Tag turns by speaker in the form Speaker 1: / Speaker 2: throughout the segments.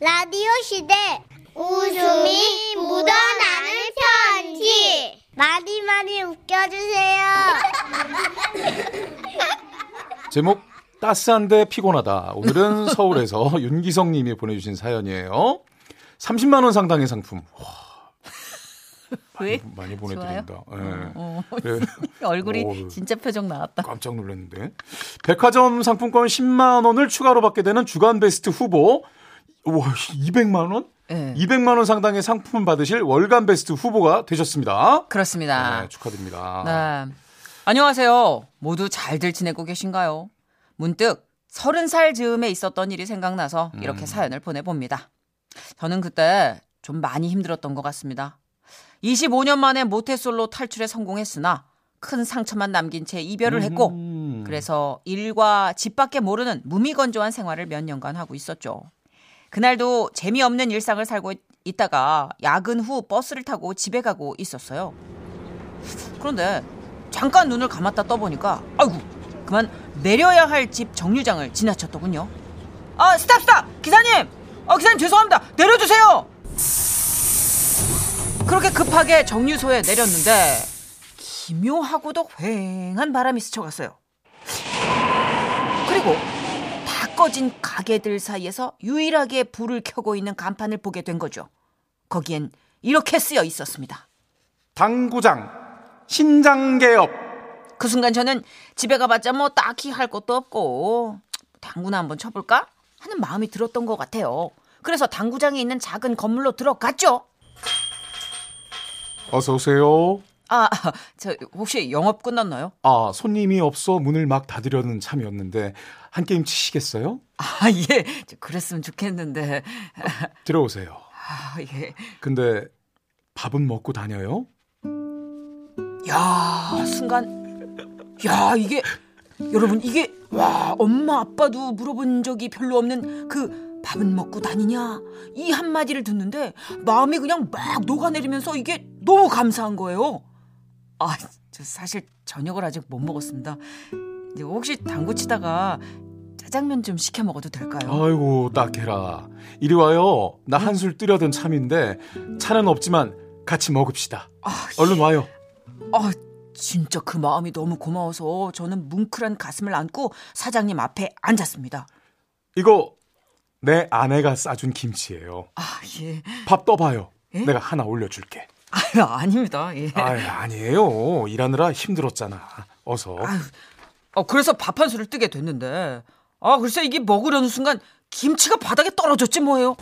Speaker 1: 라디오 시대 웃음이 묻어나는 편지 많이 많이 웃겨주세요.
Speaker 2: 제목 따스한데 피곤하다. 오늘은 서울에서 윤기성 님이 보내주신 사연이에요. 30만 원 상당의 상품
Speaker 3: 왜?
Speaker 2: 많이 보내드린다. 예.
Speaker 3: 어,
Speaker 2: 그래.
Speaker 3: 얼굴이
Speaker 2: 오.
Speaker 3: 진짜 표정 나왔다.
Speaker 2: 깜짝 놀랐는데. 백화점 상품권 10만 원을 추가로 받게 되는 주간 베스트 후보. 와, 200만 원?
Speaker 3: 예.
Speaker 2: 200만 원 상당의 상품 받으실 월간 베스트 후보가 되셨습니다.
Speaker 3: 그렇습니다.
Speaker 2: 네, 축하드립니다.
Speaker 3: 아. 네. 안녕하세요. 모두 잘들 지내고 계신가요? 문득 서른 살 즈음에 있었던 일이 생각나서
Speaker 2: 음.
Speaker 3: 이렇게 사연을 보내봅니다. 저는 그때 좀 많이 힘들었던 것 같습니다. 25년 만에 모태솔로 탈출에 성공했으나 큰 상처만 남긴 채 이별을 했고
Speaker 2: 음.
Speaker 3: 그래서 일과 집밖에 모르는 무미건조한 생활을 몇 년간 하고 있었죠. 그날도 재미없는 일상을 살고 있다가 야근 후 버스를 타고 집에 가고 있었어요. 그런데 잠깐 눈을 감았다 떠보니까 아이고 그만 내려야 할 집 정류장을 지나쳤더군요. 아 스탑 스탑 기사님 어 기사님 죄송합니다 내려주세요. 그렇게 급하게 정류소에 내렸는데 기묘하고도 휑한 바람이 스쳐갔어요. 그리고 다 꺼진 가게들 사이에서 유일하게 불을 켜고 있는 간판을 보게 된 거죠. 거기엔 이렇게 쓰여 있었습니다.
Speaker 2: 당구장 신장 개업.
Speaker 3: 그 순간 저는 집에 가봤자 뭐 딱히 할 것도 없고 당구나 한번 쳐볼까 하는 마음이 들었던 것 같아요. 그래서 당구장에 있는 작은 건물로 들어갔죠.
Speaker 2: 어서 오세요.
Speaker 3: 아, 저 혹시 영업 끝났나요?
Speaker 2: 아, 손님이 없어 문을 막 닫으려는 참이었는데 한 게임 치시겠어요?
Speaker 3: 아, 예. 저 그랬으면 좋겠는데.
Speaker 2: 들어오세요.
Speaker 3: 아, 예.
Speaker 2: 근데 밥은 먹고 다녀요?
Speaker 3: 야, 순간 야, 이게 여러분 이게 와, 엄마 아빠도 물어본 적이 별로 없는 그 밥은 먹고 다니냐? 이 한마디를 듣는데 마음이 그냥 막 녹아내리면서 이게 너무 감사한 거예요. 아, 저 사실 저녁을 아직 못 먹었습니다. 이제 혹시 당구 치다가 짜장면 좀 시켜 먹어도 될까요?
Speaker 2: 아이고, 딱해라. 이리 와요. 나 한술 뜨려던 참인데 차는 없지만 같이 먹읍시다.
Speaker 3: 아,
Speaker 2: 얼른 와요.
Speaker 3: 아, 진짜 그 마음이 너무 고마워서 저는 뭉클한 가슴을 안고 사장님 앞에 앉았습니다.
Speaker 2: 이거 내 아내가 싸준 김치예요.
Speaker 3: 아, 예.
Speaker 2: 밥 떠봐요.
Speaker 3: 예?
Speaker 2: 내가 하나 올려줄게.
Speaker 3: 아유, 아닙니다. 예.
Speaker 2: 아 아니에요. 일하느라 힘들었잖아. 어서.
Speaker 3: 아유, 어, 그래서 밥 한 수를 뜨게 됐는데, 아, 글쎄 이게 먹으려는 순간 김치가 바닥에 떨어졌지 뭐예요.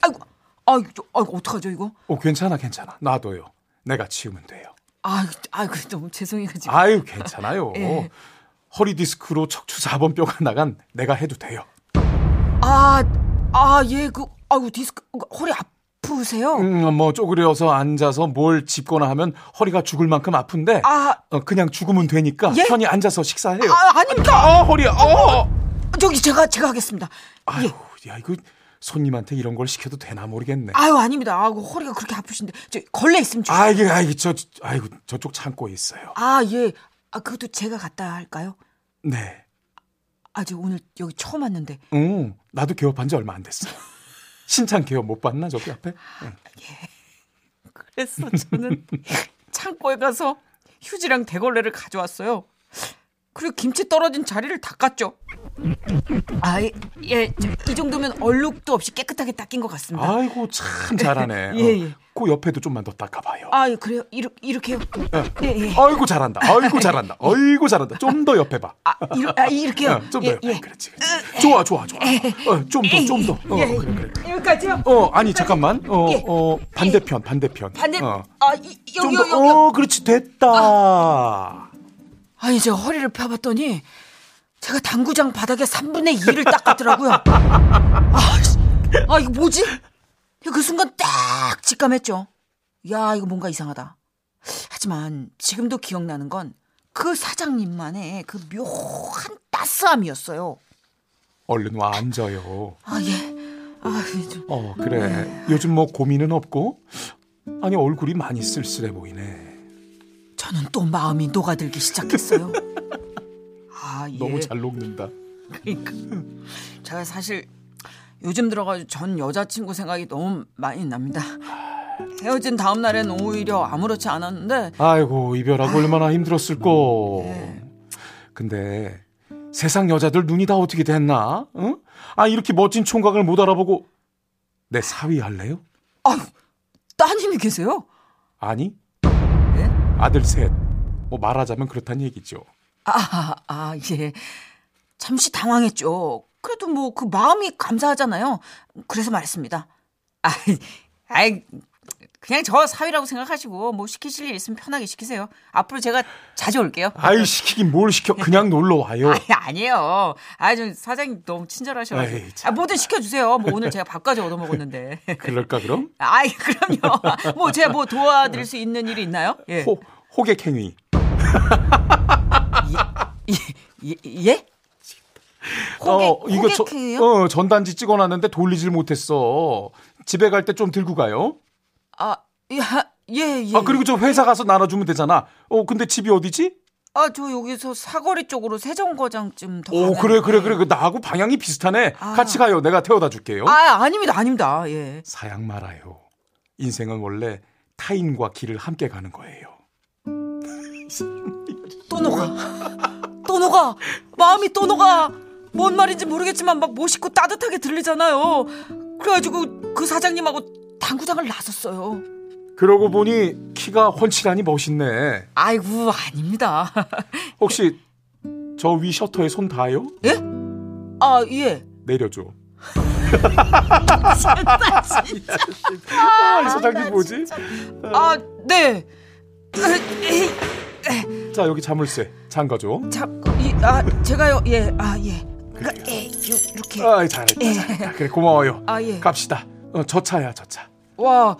Speaker 3: 아이고, 아이고, 저- 아이고 어떡하죠 이거?
Speaker 2: 어, 괜찮아, 괜찮아. 놔둬요. 내가 치우면 돼요.
Speaker 3: 아이고, 아이고 너무 죄송해가지고.
Speaker 2: 아유, 괜찮아요.
Speaker 3: 예.
Speaker 2: 허리 디스크로 척추 4번 뼈가 나간 내가 해도 돼요.
Speaker 3: 아, 아, 예, 그, 아이고 디스크, 허리 아프세요?
Speaker 2: 음, 뭐 쪼그려서 앉아서 뭘 짚거나 하면 허리가 죽을 만큼 아픈데
Speaker 3: 아,
Speaker 2: 어, 그냥 죽으면 되니까
Speaker 3: 예?
Speaker 2: 편히 앉아서 식사해요.
Speaker 3: 아, 아닙니다.
Speaker 2: 아, 허리야. 어.
Speaker 3: 저기 제가 제가 하겠습니다. 예.
Speaker 2: 아유, 야 이거 손님한테 이런 걸 시켜도 되나 모르겠네.
Speaker 3: 아유 아닙니다. 아고 허리가 그렇게 아프신데 저 걸레 있으면 주세요.
Speaker 2: 아, 이게 아, 이게 저 아이고 저쪽 창고에 있어요.
Speaker 3: 아 예. 아 그것도 제가 갔다 할까요?
Speaker 2: 네.
Speaker 3: 아저 오늘 여기 처음 왔는데
Speaker 2: 응. 나도 개업한 지 얼마 안 됐어. 신창 개업 못 봤나 저기 앞에?
Speaker 3: 그래서 저는 창고에 가서 휴지랑 대걸레를 가져왔어요. 그리고 김치 떨어진 자리를 닦았죠. 아예이 정도면 얼룩도 없이 깨끗하게 닦인 것 같습니다.
Speaker 2: 아이고 참 잘하네.
Speaker 3: 예, 예.
Speaker 2: 어, 그 옆에도 좀만 더 닦아봐요.
Speaker 3: 아 예, 그래요 이렇 이렇게요. 예 예.
Speaker 2: 아이고 잘한다. 아이고 잘한다. 아이고 잘한다. 좀 더 옆에 봐.
Speaker 3: 아, 이렇, 아 이렇게요.
Speaker 2: 어, 좀 더요.
Speaker 3: 예, 예.
Speaker 2: 그렇지, 그렇지. 좋아, 좋아, 좋아. 어, 좀 더, 좀 더. 어,
Speaker 3: 예.
Speaker 2: 그래, 그래.
Speaker 3: 여기까지요.
Speaker 2: 어, 아니 잠깐만. 어,
Speaker 3: 예.
Speaker 2: 어, 반대편, 반대편.
Speaker 3: 반대
Speaker 2: 어.
Speaker 3: 아 이,
Speaker 2: 좀
Speaker 3: 여기
Speaker 2: 더.
Speaker 3: 여기 여기.
Speaker 2: 어, 그렇지, 됐다.
Speaker 3: 아 이제 허리를 펴봤더니 제가 당구장 바닥에 3분의 2를 닦았더라고요. 아, 씨. 아 이거 뭐지? 그 순간 딱 직감했죠. 야 이거 뭔가 이상하다. 하지만 지금도 기억나는 건 그 사장님만의 그 묘한 따스함이었어요.
Speaker 2: 얼른 와 앉아요.
Speaker 3: 아 예. 아 예, 좀.
Speaker 2: 어, 그래. 요즘 뭐 고민은 없고? 아니 얼굴이 많이 쓸쓸해 보이네.
Speaker 3: 저는 또 마음이 녹아들기 시작했어요. 아 예.
Speaker 2: 너무 잘 녹는다.
Speaker 3: 그러니까 제가 사실 요즘 들어가지고 전 여자친구 생각이 너무 많이 납니다. 헤어진 다음 날엔 오히려 아무렇지 않았는데
Speaker 2: 아이고 이별하고 얼마나 힘들었을꼬.
Speaker 3: 네.
Speaker 2: 근데 세상 여자들 눈이 다 어떻게 됐나? 응? 아 이렇게 멋진 총각을 못 알아보고 내 사위 할래요?
Speaker 3: 따님이 계세요?
Speaker 2: 아니
Speaker 3: 예?
Speaker 2: 아들 셋. 뭐 말하자면 그렇단 얘기죠.
Speaker 3: 아, 아, 예. 잠시 당황했죠. 그래도 뭐 그 마음이 감사하잖아요. 그래서 말했습니다. 아, 아이, 그냥 저 사위라고 생각하시고 뭐 시키실 일 있으면 편하게 시키세요. 앞으로 제가 자주 올게요.
Speaker 2: 아이 시키긴 뭘 시켜? 그냥 놀러 와요.
Speaker 3: 아니, 아니에요. 아, 좀 사장님 너무 친절하셔가지고.
Speaker 2: 에이,
Speaker 3: 아,
Speaker 2: 참.
Speaker 3: 뭐든 시켜주세요. 뭐 오늘 제가 밥까지 얻어먹었는데.
Speaker 2: 그럴까 그럼?
Speaker 3: 아이, 그럼요. 뭐 제가 뭐 도와드릴 수 있는 일이 있나요? 예.
Speaker 2: 호 호객 행위.
Speaker 3: 예? 예? 예?
Speaker 2: 어,
Speaker 3: 호객,
Speaker 2: 이거 저-
Speaker 3: 호객행위요?
Speaker 2: 어, 전단지 찍어놨는데 돌리질 못했어. 집에 갈 때 좀 들고 가요.
Speaker 3: 아, 예, 예, 예.
Speaker 2: 아 그리고 저 회사 가서 나눠주면 되잖아. 어 근데 집이 어디지?
Speaker 3: 아, 저 여기서 사거리 쪽으로 세정거장쯤 더.
Speaker 2: 오
Speaker 3: 가면-
Speaker 2: 그래 그래 그래 그 나하고 방향이 비슷하네.
Speaker 3: 아.
Speaker 2: 같이 가요. 내가 태워다 줄게요.
Speaker 3: 아, 아닙니다, 아닙니다. 예.
Speaker 2: 사양 말아요. 인생은 원래 타인과 길을 함께 가는 거예요.
Speaker 3: 또 녹아. 또 녹아. 마음이 또 녹아. 뭔 말인지 모르겠지만 막 멋있고 따뜻하게 들리잖아요. 그래가지고 그 사장님하고 당구장을 나섰어요.
Speaker 2: 그러고 보니 키가 훤칠하니 멋있네.
Speaker 3: 아이고, 아닙니다.
Speaker 2: 혹시 저 위 셔터에 손 닿아요?
Speaker 3: 아, 예.
Speaker 2: 내려줘.
Speaker 3: 나 진짜.
Speaker 2: 아, 이 사장님 뭐지?
Speaker 3: 아, 네. 에이,
Speaker 2: 자 여기 자물쇠 잠가줘.
Speaker 3: 참, 이, 아, 제가요, 예, 아, 예.
Speaker 2: 그래요.
Speaker 3: 예, 요- 이렇게.
Speaker 2: 아 잘했다. 잘했다. 그래 고마워요.
Speaker 3: 음. 아, 예.
Speaker 2: 갑시다. 어, 저 차야 저 차.
Speaker 3: 와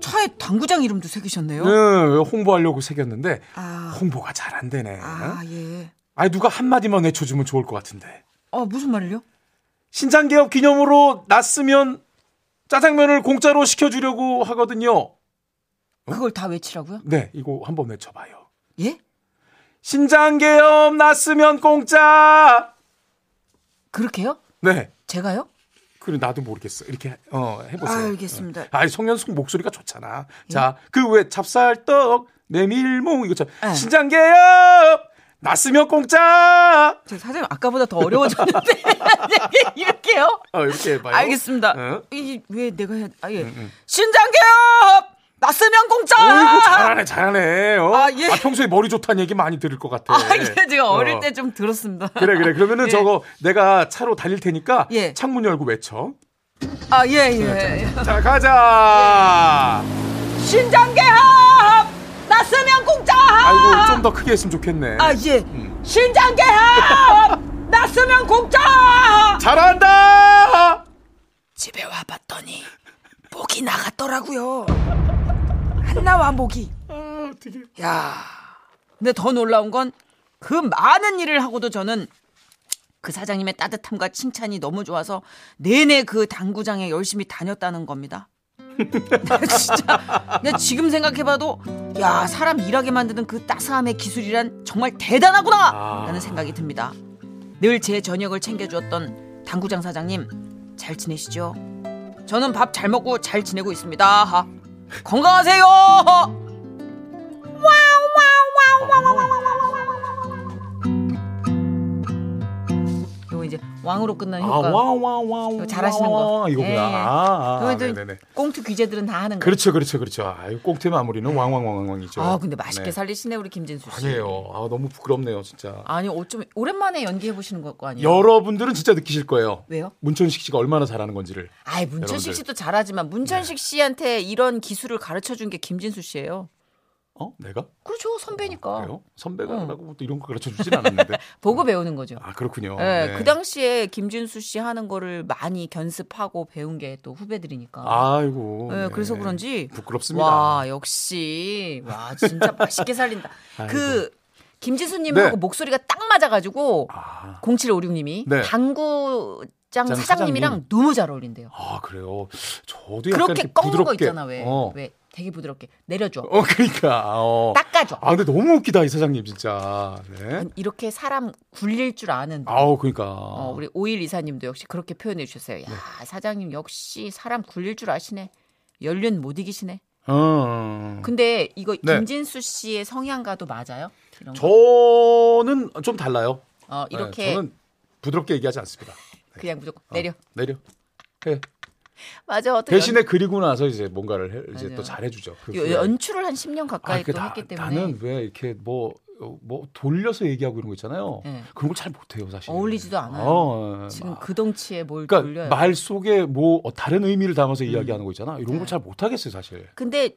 Speaker 3: 차에 당구장 이름도 새기셨네요.
Speaker 2: 네, 홍보하려고 새겼는데
Speaker 3: 아,
Speaker 2: 홍보가 잘 안 되네.
Speaker 3: 아 예.
Speaker 2: 아니 누가 한 마디만 외쳐주면 좋을 것 같은데.
Speaker 3: 아 무슨 말을요?
Speaker 2: 신장 개업 기념으로 났으면 짜장면을 공짜로 시켜주려고 하거든요.
Speaker 3: 그걸 다 외치라고요?
Speaker 2: 네, 이거 한번 외쳐봐요.
Speaker 3: 예?
Speaker 2: 신장 개업 났으면 공짜.
Speaker 3: 그렇게요?
Speaker 2: 네.
Speaker 3: 제가요?
Speaker 2: 그래 나도 모르겠어. 이렇게 어 해보세요.
Speaker 3: 아, 알겠습니다. 예.
Speaker 2: 아 송현숙 목소리가 좋잖아. 자 그 외 찹쌀떡 메밀묵 이거 참
Speaker 3: 네.
Speaker 2: 신장 개업 났으면 공짜.
Speaker 3: 제 사장님 아까보다 더 어려워졌는데 네, 이렇게요?
Speaker 2: 어, 이렇게 해봐요.
Speaker 3: 알겠습니다.
Speaker 2: 응?
Speaker 3: 이왜 내가 해야? 아 예. 신장개업 났으면 공짜.
Speaker 2: 음, 어이구 잘하네 잘하네. 어?
Speaker 3: 아, 예.
Speaker 2: 평소에 머리 좋다는 얘기 많이 들을 것 같아.
Speaker 3: 아, 예, 제가 어릴
Speaker 2: 어.
Speaker 3: 때 좀 들었습니다.
Speaker 2: 그래 그래 그러면은
Speaker 3: 예.
Speaker 2: 저거 내가 차로 달릴 테니까
Speaker 3: 예.
Speaker 2: 창문 열고 외쳐.
Speaker 3: 아, 예,
Speaker 2: 네,
Speaker 3: 예.
Speaker 2: 자 가자.
Speaker 3: 신장개업 났으면 공짜.
Speaker 2: 네. 아이고 좀 음. 더 크게 했으면 좋겠네.
Speaker 3: 아, 예. 신장개합! 났으면 공짜!
Speaker 2: 잘한다.
Speaker 3: 집에 와봤더니, 목이 나갔더라고요. 안 나와, 목이. 야. 근데 더 놀라운 건 그 많은 일을 하고도 저는 그 사장님의 따뜻함과 칭찬이 너무 좋아서 내내 그 당구장에 열심히 다녔다는 겁니다. 진짜. 근데 지금 생각해봐도 야 사람 일하게 만드는 그 따스함의 기술이란 정말 대단하구나
Speaker 2: 아.
Speaker 3: 라는 생각이 듭니다. 늘 제 저녁을 챙겨주었던 당구장 사장님 잘 지내시죠? 저는 밥 잘 먹고 잘 지내고 있습니다. 하. 건강하세요. 이거 이제 왕으로 끝나는 효과.
Speaker 2: 아와와와
Speaker 3: 이거 잘하시는 거.
Speaker 2: 이거구나.
Speaker 3: 예, 예.
Speaker 2: 아, 아,
Speaker 3: 그러면 또
Speaker 2: 네네네.
Speaker 3: 꽁트 귀재들은 다 하는 거.
Speaker 2: 그렇죠 그렇죠 그렇죠. 아유 꽁트 마무리는 왕왕왕왕이죠.
Speaker 3: 예. 아 근데 맛있게
Speaker 2: 네.
Speaker 3: 살리시네 우리 김진수 씨.
Speaker 2: 아니에요. 아 너무 부끄럽네요 진짜.
Speaker 3: 아니 예. 어쩜 오랜만에 연기해 보시는 거 아니에요?
Speaker 2: 여러분들은 진짜 느끼실 거예요.
Speaker 3: 왜요?
Speaker 2: 문천식 씨가 얼마나 잘하는 건지를.
Speaker 3: 아이 문천식
Speaker 2: 여러분들. 네.
Speaker 3: 씨도 잘하지만 문천식 씨한테 이런 기술을 가르쳐 준 게 김진수 씨예요.
Speaker 2: 어? 내가?
Speaker 3: 그렇죠 선배니까
Speaker 2: 아, 그래요? 선배가 라고 또 이런 거 가르쳐 주진 않았는데.
Speaker 3: 보고 배우는 거죠.
Speaker 2: 아, 그렇군요.
Speaker 3: 예,
Speaker 2: 네.
Speaker 3: 그 당시에 김진수 씨 하는 거를 많이 견습하고 배운 게 또 후배들이니까.
Speaker 2: 아이고.
Speaker 3: 예,
Speaker 2: 네.
Speaker 3: 그래서 그런지
Speaker 2: 부끄럽습니다.
Speaker 3: 와 역시 와 진짜 맛있게 살린다.
Speaker 2: 아이고.
Speaker 3: 그 김진수님하고
Speaker 2: 네.
Speaker 3: 목소리가 딱 맞아가지고
Speaker 2: 아.
Speaker 3: 0756님이
Speaker 2: 네.
Speaker 3: 당구 직장
Speaker 2: 직장
Speaker 3: 사장님이랑
Speaker 2: 사장님.
Speaker 3: 너무 잘 어울린대요.
Speaker 2: 아 그래요. 저도 약간
Speaker 3: 그렇게
Speaker 2: 이렇게
Speaker 3: 꺾는 거
Speaker 2: 부드럽게.
Speaker 3: 있잖아 왜.
Speaker 2: 어,
Speaker 3: 왜 되게 부드럽게 내려줘.
Speaker 2: 어 그러니까. 어.
Speaker 3: 닦아줘.
Speaker 2: 아 근데 너무 웃기다 이 사장님 진짜. 네.
Speaker 3: 아니, 이렇게 사람 굴릴 줄 아는
Speaker 2: 아우 그러니까.
Speaker 3: 어, 우리 오일 이사님도 역시 그렇게 표현해 주셨어요. 야
Speaker 2: 네.
Speaker 3: 사장님 역시 사람 굴릴 줄 아시네. 연륜 못 이기시네.
Speaker 2: 음.
Speaker 3: 근데 이거
Speaker 2: 네.
Speaker 3: 김진수 씨의 성향과도 맞아요? 이런 거?
Speaker 2: 저는 좀 달라요.
Speaker 3: 어,
Speaker 2: 네,
Speaker 3: 이렇게
Speaker 2: 저는 부드럽게 얘기하지 않습니다.
Speaker 3: 그냥 무조건 내려.
Speaker 2: 내려. 예.
Speaker 3: 맞아. 어떻게
Speaker 2: 어. 대신에 그리고 나서 이제 뭔가를 해, 이제
Speaker 3: 맞아요.
Speaker 2: 또 잘해주죠. 그
Speaker 3: 연,
Speaker 2: 후에.
Speaker 3: 출을한 10년 가까이
Speaker 2: 아, 그
Speaker 3: 또
Speaker 2: 나-
Speaker 3: 했기 때문에
Speaker 2: 나는 왜 이렇게 뭐, 어, 뭐 돌려서 얘기하고 이런 거 있잖아요.
Speaker 3: 네.
Speaker 2: 그런 걸 잘 못해요, 사실.
Speaker 3: 어울리지도 않아요.
Speaker 2: 어, 예.
Speaker 3: 지금
Speaker 2: 막-
Speaker 3: 그 덩치에 뭘
Speaker 2: 그러니까
Speaker 3: 돌려요. 음.
Speaker 2: 말 속에 뭐 어, 다른 의미를 담아서 이야기하는 거 있잖아. 이런
Speaker 3: 네.
Speaker 2: 걸 잘 못하겠어요, 사실.
Speaker 3: 근데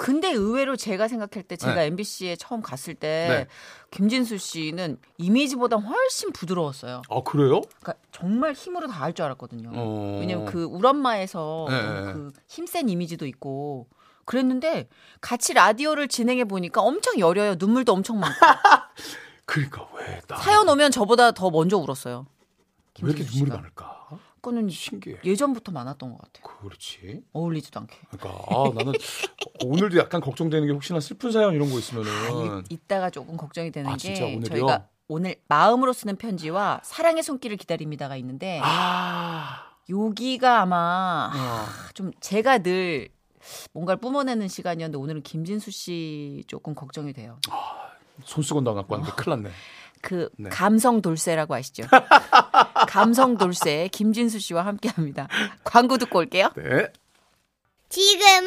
Speaker 3: 근데 의외로 제가 생각할 때 제가
Speaker 2: 네.
Speaker 3: MBC에 처음 갔을 때
Speaker 2: 네.
Speaker 3: 김진수 씨는 이미지보다 훨씬 부드러웠어요.
Speaker 2: 아 그래요?
Speaker 3: 그러니까 정말 힘으로 다 할 줄 알았거든요.
Speaker 2: 어.
Speaker 3: 왜냐면 그 울엄마에서
Speaker 2: 네,
Speaker 3: 너무
Speaker 2: 네.
Speaker 3: 그 힘센 이미지도 있고 그랬는데 같이 라디오를 진행해 보니까 엄청 여려요. 눈물도 엄청 많고
Speaker 2: 그러니까 왜 나?
Speaker 3: 사연 오면 저보다 더 먼저 울었어요.
Speaker 2: 왜 이렇게
Speaker 3: 김진수
Speaker 2: 눈물이
Speaker 3: 씨가.
Speaker 2: 많을까?
Speaker 3: 그거는
Speaker 2: 신기해.
Speaker 3: 예전부터 많았던 것 같아요.
Speaker 2: 그렇지.
Speaker 3: 어울리지도 않게.
Speaker 2: 그러니까 아 나는 오늘도 약간 걱정되는 게 혹시나 슬픈 사연 이런 거 있으면은
Speaker 3: 아, 이, 이따가 조금 걱정이 되는
Speaker 2: 아,
Speaker 3: 게
Speaker 2: 진짜 오늘이요?
Speaker 3: 저희가 오늘 마음으로 쓰는 편지와 사랑의 손길을 기다립니다가 있는데
Speaker 2: 아
Speaker 3: 여기가 아마
Speaker 2: 어.
Speaker 3: 아, 좀 제가 늘 뭔가를 뿜어내는 시간이었는데 오늘은 김진수 씨 조금 걱정이 돼요.
Speaker 2: 손수건도 안 갖고
Speaker 3: 아.
Speaker 2: 왔는데 큰일 났네.
Speaker 3: 그
Speaker 2: 아, 네.
Speaker 3: 감성 돌쇠라고 아시죠? 감성 돌쇠 김진수 씨와 함께합니다. 광고 듣고 올게요.
Speaker 2: 네.
Speaker 1: 지금은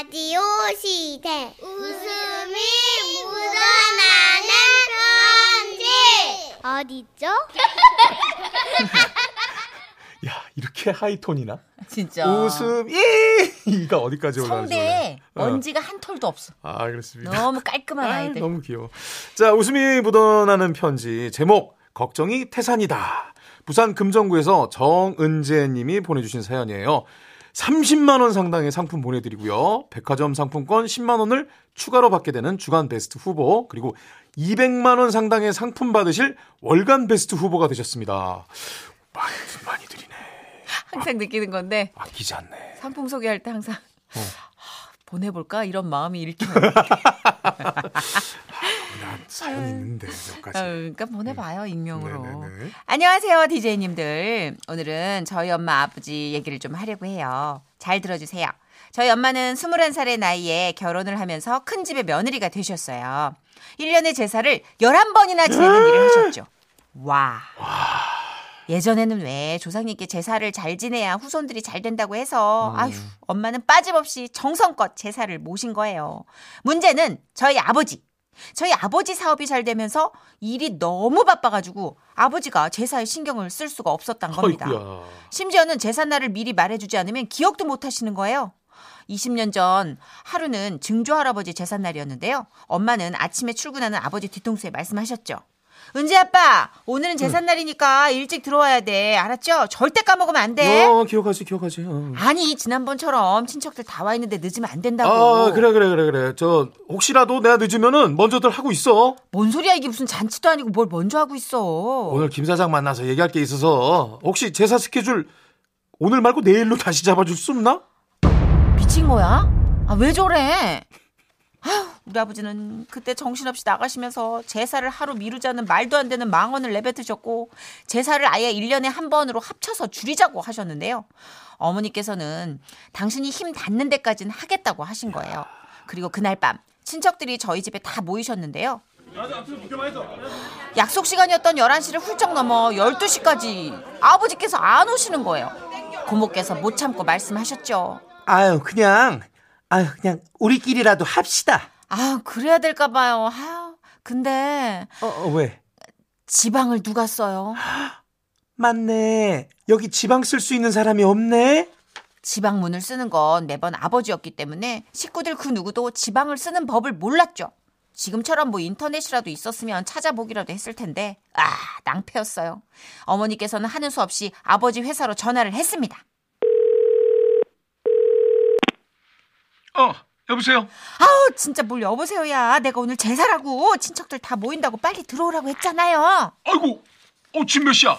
Speaker 1: 라디오 시대. 웃음이 묻어나는 편지. 어디죠?
Speaker 2: 야 이렇게 하이톤이나
Speaker 3: 진짜.
Speaker 2: 웃음 이가 어디까지 올라가는지.
Speaker 3: 성대에
Speaker 2: 몰라요. 어.
Speaker 3: 먼지가 한 톨도 없어.
Speaker 2: 아 그렇습니다.
Speaker 3: 너무 깔끔한
Speaker 2: 아이,
Speaker 3: 아이들.
Speaker 2: 너무 귀여워. 자, 웃음이 묻어나는 편지 제목 걱정이 태산이다. 부산 금정구에서 정은재 님이 보내주신 사연이에요. 30만 원 상당의 상품 보내드리고요. 백화점 상품권 10만 원을 추가로 받게 되는 주간 베스트 후보 그리고 200만 원 상당의 상품 받으실 월간 베스트 후보가 되셨습니다. 많이, 많이 드리네.
Speaker 3: 항상 느끼는 건데
Speaker 2: 아끼지 않네.
Speaker 3: 상품 소개할 때 항상
Speaker 2: 어.
Speaker 3: 하, 보내볼까 이런 마음이 일으켜요.
Speaker 2: 난 사연 있는데 몇
Speaker 3: 어,
Speaker 2: 가지.
Speaker 3: 그러니까 보내봐요 익명으로.
Speaker 2: 네. 네네네.
Speaker 3: 안녕하세요 DJ님들. 오늘은 저희 엄마 아버지 얘기를 좀 하려고 해요. 잘 들어주세요. 저희 엄마는 21살의 나이에 결혼을 하면서 큰 집의 며느리가 되셨어요. 1년의 제사를 11번이나 지내는 일을 하셨죠. 와. 예전에는 왜 조상님께 제사를 잘 지내야 후손들이 잘 된다고 해서
Speaker 2: 음.
Speaker 3: 아휴 엄마는 빠짐없이 정성껏 제사를 모신 거예요. 문제는 저희 아버지. 저희 아버지 사업이 잘 되면서 일이 너무 바빠가지고 아버지가 제사에 신경을 쓸 수가 없었단 겁니다.
Speaker 2: 아이구야.
Speaker 3: 심지어는 제삿날을 미리 말해주지 않으면 기억도 못 하시는 거예요. 20년 전 하루는 증조할아버지 제삿날이었는데요. 엄마는 아침에 출근하는 아버지 뒤통수에 말씀하셨죠. 은지 아빠, 오늘은 제삿날이니까 일찍 들어와야 돼. 알았죠? 절대 까먹으면 안 돼.
Speaker 4: 네.
Speaker 2: 어, 기억하지, 기억하지. 어.
Speaker 3: 아니, 지난번처럼 친척들 다 와 있는데 늦으면 안 된다고.
Speaker 2: 아 그래 그래 그래 그래 저 혹시라도 내가 늦으면은 먼저들 하고 있어
Speaker 3: 뭔 소리야, 이게 무슨 잔치도 아니고 뭘 먼저 하고 있어.
Speaker 2: 오늘 김 사장 만나서 얘기할 게 있어서 혹시 제사 스케줄 오늘 말고 내일로 다시 잡아줄 수 없나?
Speaker 3: 미친 거야? 아, 왜 저래? 아휴, 우리 아버지는 그때 정신없이 나가시면서 제사를 하루 미루자는 말도 안 되는 망언을 내뱉으셨고 제사를 아예 1년에 한 번으로 합쳐서 줄이자고 하셨는데요. 어머니께서는 당신이 힘 닿는 데까지는 하겠다고 하신 거예요. 그리고 그날 밤 친척들이 저희 집에 다 모이셨는데요. 약속 시간이었던 11시를 훌쩍 넘어 12시까지 아버지께서 안 오시는 거예요. 고모께서 못 참고 말씀하셨죠.
Speaker 4: 아유 그냥 아유 그냥 우리끼리라도 합시다.
Speaker 3: 아, 그래야 될까 봐요. 아, 근데
Speaker 4: 어, 어, 왜?
Speaker 3: 지방을 누가 써요?
Speaker 4: 맞네. 여기 지방 쓸 수 있는 사람이 없네.
Speaker 3: 지방문을 쓰는 건 매번 아버지였기 때문에 식구들 그 누구도 지방을 쓰는 법을 몰랐죠. 지금처럼 뭐 인터넷이라도 있었으면 찾아보기라도 했을 텐데 아, 낭패였어요. 어머니께서는 하는 수 없이 아버지 회사로 전화를 했습니다.
Speaker 2: 어 여보세요
Speaker 3: 아우, 진짜 뭘 여보세요야. 내가 오늘 제사라고 친척들 다 모인다고 빨리 들어오라고 했잖아요.
Speaker 2: 아이고 어 지금 몇 시야?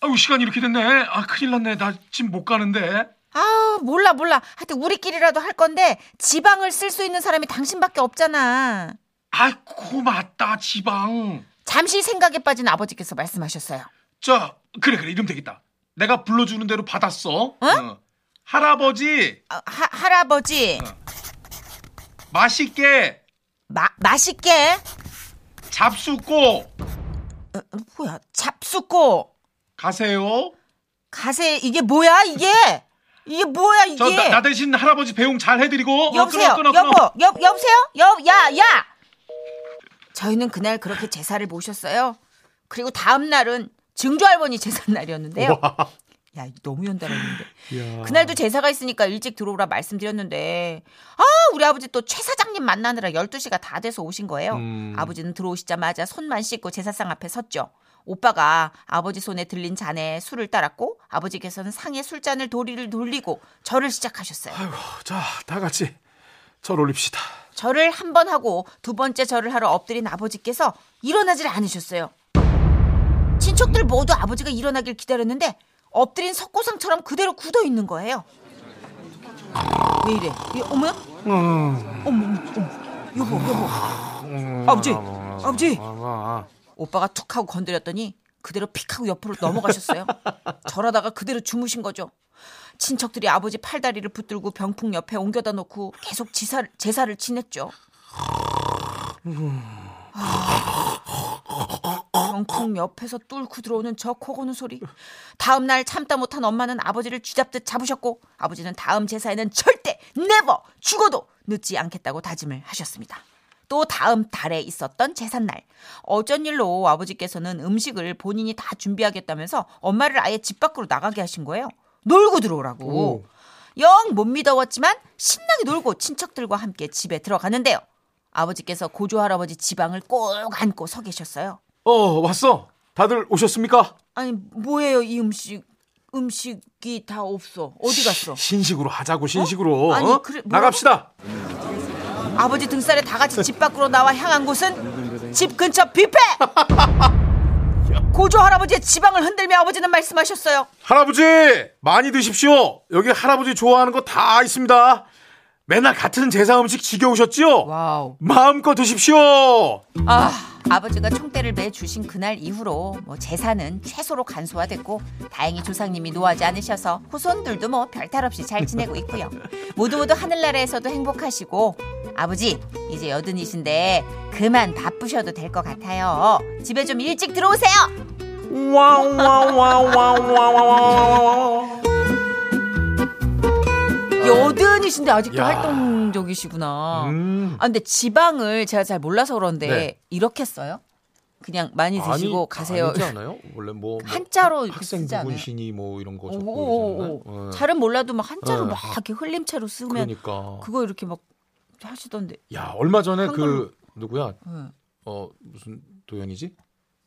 Speaker 5: 아유 시간이 이렇게 됐네. 아 큰일 났네. 나 지금 못 가는데.
Speaker 3: 아우 몰라 몰라. 하여튼 우리끼리라도 할 건데 지방을 쓸 수 있는 사람이 당신밖에 없잖아.
Speaker 5: 아이 고맙다 지방.
Speaker 3: 잠시 생각에 빠진 아버지께서 말씀하셨어요.
Speaker 5: 자 그래 그래 이름 되겠다. 내가 불러주는 대로 받았어.
Speaker 3: 어?
Speaker 5: 할아버지
Speaker 3: 아, 하, 할아버지
Speaker 5: 어. 맛있게
Speaker 3: 마, 맛있게.
Speaker 5: 잡수고
Speaker 3: 어, 어, 뭐야 잡수고
Speaker 5: 가세요.
Speaker 3: 가세 이게 뭐야 이게 이게 뭐야 이게.
Speaker 5: 저 나 대신 할아버지 배웅 잘 해드리고. 어,
Speaker 3: 예. 여보세요
Speaker 5: 끊어, 끊어, 끊어.
Speaker 3: 여보 여, 여보세요 여야야 저희는 그날 그렇게 제사를 모셨어요 그리고 다음 날은 증조할머니 제사 날이었는데요 야 너무 연달았는데 그날도 제사가 있으니까 일찍 들어오라 말씀드렸는데 아 우리 아버지 또 최 사장님 만나느라 12시가 다 돼서 오신 거예요
Speaker 5: 음.
Speaker 3: 아버지는 들어오시자마자 손만 씻고 제사상 앞에 섰죠 오빠가 아버지 손에 들린 잔에 술을 따랐고 아버지께서는 상에 술잔을 도리를 돌리고 절을 시작하셨어요
Speaker 5: 자다 같이 절 올립시다.
Speaker 3: 절을 한 번 하고 두 번째 절을 하러 엎드린 아버지께서 일어나질 않으셨어요. 친척들 모두 아버지가 일어나길 기다렸는데 엎드린 석고상처럼 그대로 굳어 있는 거예요. 왜 이래? 이- 어머야? 어머, 어머, 어머. 여보, 여보. 아버지, 아버지. 오빠가 툭 하고 건드렸더니 그대로 픽 하고 옆으로 넘어가셨어요. 절하다가 그대로 주무신 거죠. 친척들이 아버지 팔다리를 붙들고 병풍 옆에 옮겨다 놓고 계속 지사, 제사를 지냈죠. 아, 병풍 옆에서 뚫고 들어오는 저 코고는 소리. 다음 날 참다 못한 엄마는 아버지를 쥐잡듯 잡으셨고 아버지는 다음 제사에는 절대 네버 죽어도 늦지 않겠다고 다짐을 하셨습니다. 또 다음 달에 있었던 제삿날 어쩐 일로 아버지께서는 음식을 본인이 다 준비하겠다면서 엄마를 아예 집 밖으로 나가게 하신 거예요. 놀고 들어오라고. 영 못 믿어왔지만 신나게 놀고 친척들과 함께 집에 들어가는데요. 아버지께서 고조 할아버지 지방을 꼭 안고 서 계셨어요.
Speaker 5: 어 왔어. 다들 오셨습니까?
Speaker 3: 아니 뭐예요 이 음식? 음식이 다 없어. 어디 갔어?
Speaker 5: 신식으로 하자고 신식으로.
Speaker 3: 아니,
Speaker 5: 어?
Speaker 3: 그래, 뭐라고?
Speaker 5: 나갑시다.
Speaker 3: 아버지 등살에 다 같이 집 밖으로 나와 향한 곳은 집 근처 뷔페. 고조 할아버지의 지방을 흔들며 아버지는 말씀하셨어요.
Speaker 5: 할아버지 많이 드십시오. 여기 할아버지 좋아하는 거 다 있습니다. 맨날 같은 제사 음식 지겨우셨지요?
Speaker 3: 와우.
Speaker 5: 마음껏 드십시오.
Speaker 3: 아, 아버지가 총대를 매 주신 그날 이후로 뭐 재산은 최소로 간소화됐고 다행히 조상님이 노하지 않으셔서 후손들도 뭐 별탈 없이 잘 지내고 있고요. 모두 모두 하늘나라에서도 행복하시고 아버지 이제 여든이신데 그만 바쁘셔도 될 것 같아요. 집에 좀 일찍 들어오세요.
Speaker 5: 아.
Speaker 3: 여든이신데 아직도
Speaker 5: 야.
Speaker 3: 활동적이시구나.
Speaker 5: 음.
Speaker 3: 아 근데 지방을 제가 잘 몰라서 그런데
Speaker 5: 네.
Speaker 3: 이렇게 써요? 그냥 많이 드시고
Speaker 5: 아니,
Speaker 3: 뭐 가세요.
Speaker 5: 아니지 않아요? 원래 뭐, 뭐
Speaker 3: 한자로 이렇게
Speaker 5: 학생
Speaker 3: 쓰지 않아요?
Speaker 5: 부분신이 뭐 이런 거 적고
Speaker 3: 오,
Speaker 5: 그러지 않나요?
Speaker 3: 오, 오.
Speaker 5: 예.
Speaker 3: 잘은 몰라도 막 한자로
Speaker 5: 네.
Speaker 3: 막 이렇게 흘림체로 쓰면
Speaker 5: 그러니까.
Speaker 3: 그거 이렇게 막 하시던데
Speaker 5: 야 얼마 전에
Speaker 3: 한글로-
Speaker 5: 그 누구야?
Speaker 3: 네.
Speaker 5: 어 무슨 도연이지?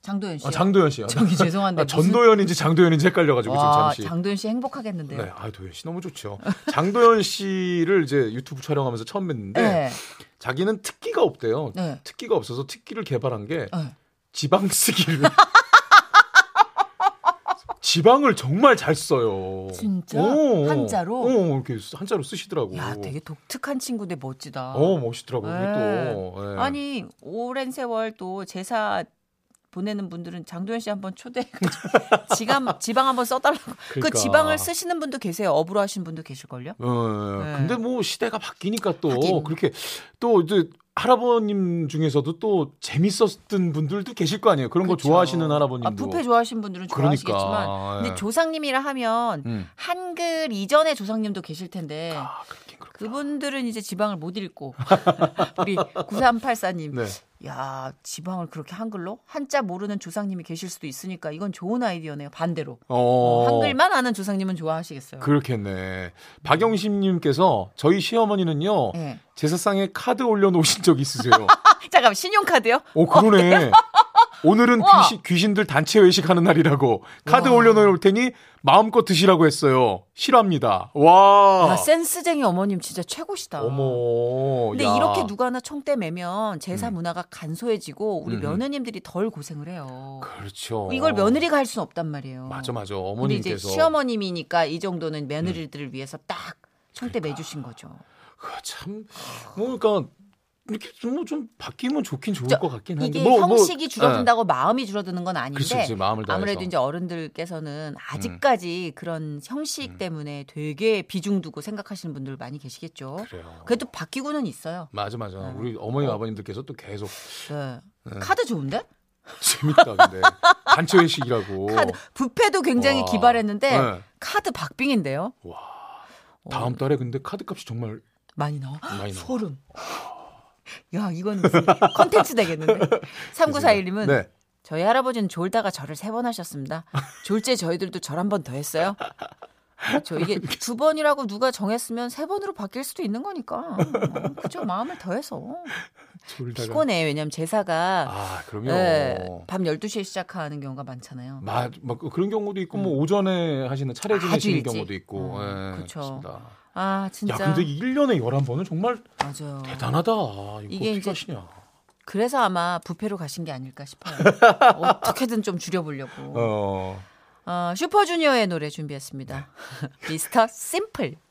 Speaker 3: 장도연 씨.
Speaker 5: 아 장도연 씨야.
Speaker 3: 저기 죄송한데
Speaker 5: 아, 전도연인지 장도연인지 헷갈려가지고 지금
Speaker 3: 와
Speaker 5: 잠시.
Speaker 3: 아, 장도연 씨 행복하겠는데요.
Speaker 5: 네, 아 도현 씨 너무 좋죠. 장도연 씨를 이제 유튜브 촬영하면서 처음 뵀는데
Speaker 3: 네.
Speaker 5: 자기는 특기가 없대요.
Speaker 3: 네.
Speaker 5: 특기가 없어서 특기를 개발한 게
Speaker 3: 네.
Speaker 5: 지방 쓰기를. 지방을 정말 잘 써요.
Speaker 3: 진짜?
Speaker 5: 어, 어.
Speaker 3: 한자로?
Speaker 5: 어, 이렇게 쓰- 한자로 쓰시더라고.
Speaker 3: 야 되게 독특한 친구인데 멋지다.
Speaker 5: 어, 멋있더라고. 요
Speaker 3: 네.
Speaker 5: 또. 예.
Speaker 3: 아니 오랜 세월 또 제사 보내는 분들은 장도연 씨 한번 초대해 지감 지방 한번 써달라고 그
Speaker 5: 그러니까.
Speaker 3: 지방을 쓰시는 분도 계세요 업으로 하신 분도 계실걸요
Speaker 5: 예, 예.
Speaker 3: 네.
Speaker 5: 근데 뭐 시대가 바뀌니까 또
Speaker 3: 하긴.
Speaker 5: 그렇게 또 이제 할아버님 중에서도 또 재밌었던 분들도 계실 거 아니에요. 그런
Speaker 3: 그쵸.
Speaker 5: 거 좋아하시는
Speaker 3: 아,
Speaker 5: 할아버님도.
Speaker 3: 부페 좋아하시는 분들은
Speaker 5: 그러니까,
Speaker 3: 좋아하시겠지만 근데
Speaker 5: 예.
Speaker 3: 조상님이라 하면
Speaker 5: 음.
Speaker 3: 한글 이전의 조상님도 계실 텐데
Speaker 5: 아, 그렇긴 그렇
Speaker 3: 그분들은 이제 지방을 못 읽고 우리 9384님
Speaker 5: 네.
Speaker 3: 야 지방을 그렇게 한글로 한자 모르는 조상님이 계실 수도 있으니까 이건 좋은 아이디어네요 반대로
Speaker 5: 어,
Speaker 3: 한글만 아는 조상님은 좋아하시겠어요.
Speaker 5: 그렇겠네. 박영심님께서 저희 시어머니는요
Speaker 3: 예.
Speaker 5: 제사상에 카드 올려놓으신 적 있으세요?
Speaker 3: 잠깐 만 신용카드요?
Speaker 5: 오 그러네.
Speaker 2: 오늘은
Speaker 3: 우와.
Speaker 2: 귀신, 귀신들 단체 외식하는 날이라고 카드 올려놓을 테니 마음껏 드시라고 했어요. 실합니다.
Speaker 5: 어.
Speaker 2: 와.
Speaker 3: 아, 센스쟁이 어머님 진짜 최고시다.
Speaker 2: 어머.
Speaker 3: 근데
Speaker 2: 야.
Speaker 3: 이렇게 누가 하나 청대 매면 제사
Speaker 2: 음.
Speaker 3: 문화가 간소해지고 우리
Speaker 2: 음.
Speaker 3: 며느님들이 덜 고생을 해요.
Speaker 2: 그렇죠.
Speaker 3: 이걸 며느리가 할 수는 없단 말이에요.
Speaker 2: 맞아 맞아.
Speaker 3: 음. 근데 이제
Speaker 2: 어머님께서 음.
Speaker 3: 시어머님이니까 이 정도는 며느리들을 위해서 딱 청대
Speaker 2: 그러니까.
Speaker 3: 매주신 거죠.
Speaker 2: 아, 참, 뭐, 그러니까, 이렇게 좀, 뭐 좀 바뀌면 좋긴 좋을
Speaker 3: 저,
Speaker 2: 것 같긴 한데.
Speaker 3: 이게
Speaker 2: 뭐, 뭐,
Speaker 3: 형식이
Speaker 2: 예.
Speaker 3: 줄어든다고 마음이 줄어드는 건 아닌데
Speaker 2: 그렇지, 그렇지. 마음을 다해서. 음.
Speaker 3: 아무래도 이제 어른들께서는 아직까지 그런 형식 때문에 되게 비중 두고 생각하시는 분들 많이 계시겠죠.
Speaker 2: 그래요.
Speaker 3: 그래도 바뀌고는 있어요.
Speaker 2: 맞아, 맞아.
Speaker 3: 네.
Speaker 2: 우리 음. 어머니,
Speaker 3: 어.
Speaker 2: 아버님들께서 또 계속
Speaker 3: 네.
Speaker 2: 네.
Speaker 3: 카드 좋은데?
Speaker 2: 재밌다, 근데. 단체 회식이라고.
Speaker 3: 카드 뷔페도 굉장히
Speaker 2: 와.
Speaker 3: 기발했는데
Speaker 2: 네.
Speaker 3: 카드 박빙인데요.
Speaker 2: 와.
Speaker 3: 어,
Speaker 2: 다음 달에 근데 카드값이 정말
Speaker 3: 많이 나와.
Speaker 2: 많이 나와.
Speaker 3: 소름. 야, 이건 무슨 컨텐츠 되겠는데. 3941님은
Speaker 2: 네.
Speaker 3: 저희 할아버지는 졸다가 절을 세 번 하셨습니다. 졸제 저희들도 절 한 번 더 했어요. 그렇죠. 이게 두 번이라고 누가 정했으면 세 번으로 바뀔 수도 있는 거니까. 어, 그죠. 마음을 더해서.
Speaker 2: 졸다가.
Speaker 3: 피곤해. 왜냐면 제사가
Speaker 2: 아, 그럼요.
Speaker 3: 예, 밤 12시에 시작하는 경우가 많잖아요.
Speaker 2: 마, 막 그런 경우도 있고 뭐 오전에 하시는 차례
Speaker 3: 아주
Speaker 2: 지내시는
Speaker 3: 일찍.
Speaker 2: 경우도 있고
Speaker 3: 음,
Speaker 2: 예,
Speaker 3: 그쵸.
Speaker 2: 그렇습니다.
Speaker 3: 아, 진짜.
Speaker 2: 야 근데 1년에 11번은 정말
Speaker 3: 맞아요.
Speaker 2: 대단하다. 이거
Speaker 3: 이게
Speaker 2: 어떻게
Speaker 3: 이제
Speaker 2: 하시냐.
Speaker 3: 그래서 아마 부패로 가신 게 아닐까 싶어요. 어떻게든 좀 줄여보려고.
Speaker 2: 어.
Speaker 3: 어, 슈퍼주니어의 노래 준비했습니다. 미스터 심플.